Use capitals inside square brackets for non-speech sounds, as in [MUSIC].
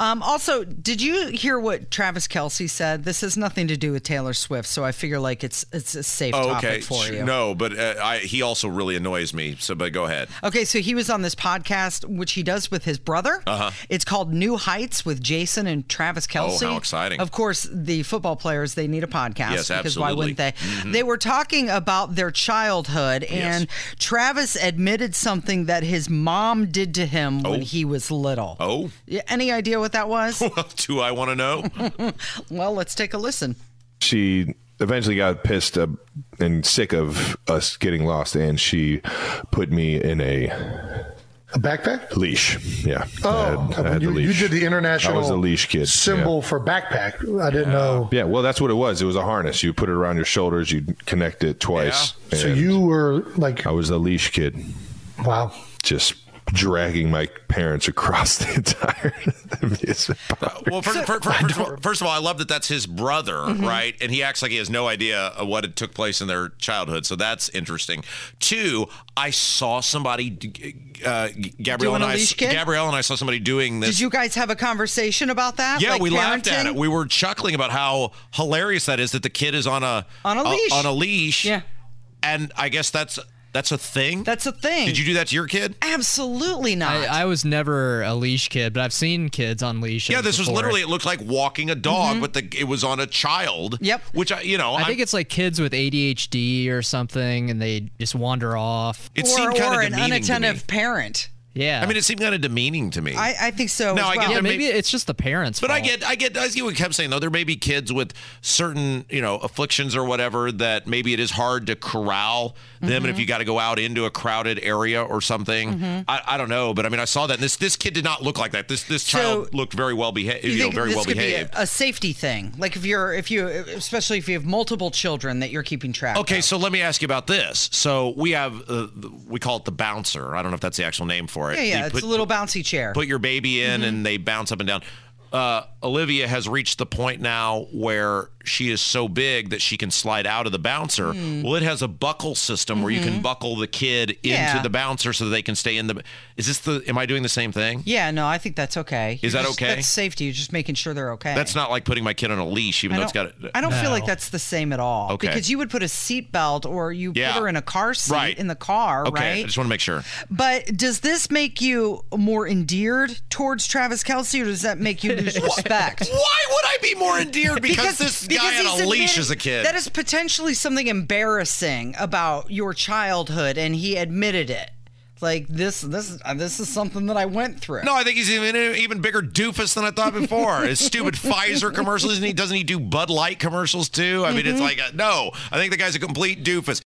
Um, also, did you hear what Travis Kelsey said? This has nothing to do with Taylor Swift, so I figure like it's it's a safe Oh, topic okay. for Sh- you. No, but uh, I, he also really annoys me. So, but go ahead. Okay, so he was on this podcast, which he does with his brother. Uh-huh. It's called New Heights with Jason and Travis Kelsey. Oh, how exciting. Of course, the football players, they need a podcast. Yes, Because why absolutely. Mm-hmm. wouldn't they? They were talking about their childhood, and Travis admitted something that his mom did to him when he was little. Oh, [LAUGHS] Yeah, Any idea what that was? do I want to [LAUGHS] know? well, let's take a listen. she eventually got pissed up and sick of us getting lost and she put me in a A backpack? leash yeah Oh, you, you did the international I was a leash kid yeah. symbol for backpack. I didn't know. yeah. well that's what it was it was a harness you put it around your shoulders you'd connect it twice So and you were like, i was a leash kid wow. just dragging my parents across [LAUGHS] the entire amusement park. well, first, first, first, of all, first of all, I love that that's his brother, Mm-hmm. right? And he acts like he has no idea of what had took place in their childhood. So that's interesting. Two, I saw somebody. d- Uh, Gabrielle Doing and a I. leash kid? Gabrielle and I saw somebody doing this. Did you guys have a conversation about that? Yeah, Like we laughed at parenting? it. We were chuckling about how hilarious that is that the kid is on a On a leash. on a leash. Yeah. and I guess that's that's a thing. That's a thing. Did you do that to your kid? Absolutely not. I, I was never a leash kid, but I've seen kids on leashes. Yeah, this was before. literally. It looked like walking a dog, but the, it was on a child. Mm-hmm. Yep. Which I, you know, I think it's like kids with ADHD or something, and they just wander off. it or seemed kind or of an demeaning unattentive to me. parent. Yeah. I mean, it seemed kind of demeaning to me. I, Oh. I think so. No, as I get well. yeah, it maybe may- it's just the parents. but I fault. get, I get, I see what you kept saying though. There may be kids with certain, you know, afflictions or whatever that maybe it is hard to corral them. And Mm-hmm. if you got to go out into a crowded area or something, I, I don't know. But I mean, I saw that. And this this kid did not look like that. This this child looked very well behaved. You, You know, think very this well could be a, behaved. a safety thing, like if you're, if you, especially if you have multiple children that you're keeping track. Okay, of. so let me ask you about this. So we have uh, the- we call it the bouncer. I don't know if that's the actual name for it. yeah, You yeah, put, it's a little Mm-hmm. bouncy chair. put your baby in, and they bounce up and down. Uh, Olivia has reached the point now where she is so big that she can slide out of the bouncer. Mm. Well, it has a buckle system where you can buckle the kid Mm-hmm. Yeah. into the bouncer so that they can stay in the. Is this the? Am I doing the same thing? yeah, no, I think that's okay. Is that Just- okay? That's safety. You're just making sure they're okay. That's not like putting my kid on a leash, even I though don't, it's got. a- I don't feel like that's the same at all. Okay. Because you would put a seatbelt or you Yeah. put her in a car seat Right. in the car, Okay, I right? just want to make sure. But does this make you more endeared towards Travis Kelsey, or does that make you [LAUGHS] lose respect? Why would I be more endeared because, this guy because had a he's leash admitted- as a kid? That is potentially something embarrassing about your childhood, and he admitted it. Like this, this, uh, this is something that I went through. No, I think he's even an even bigger doofus than I thought before. His stupid Pfizer commercials, and he doesn't he do Bud Light commercials too? I mean, it's like uh no. I think the guy's a complete doofus.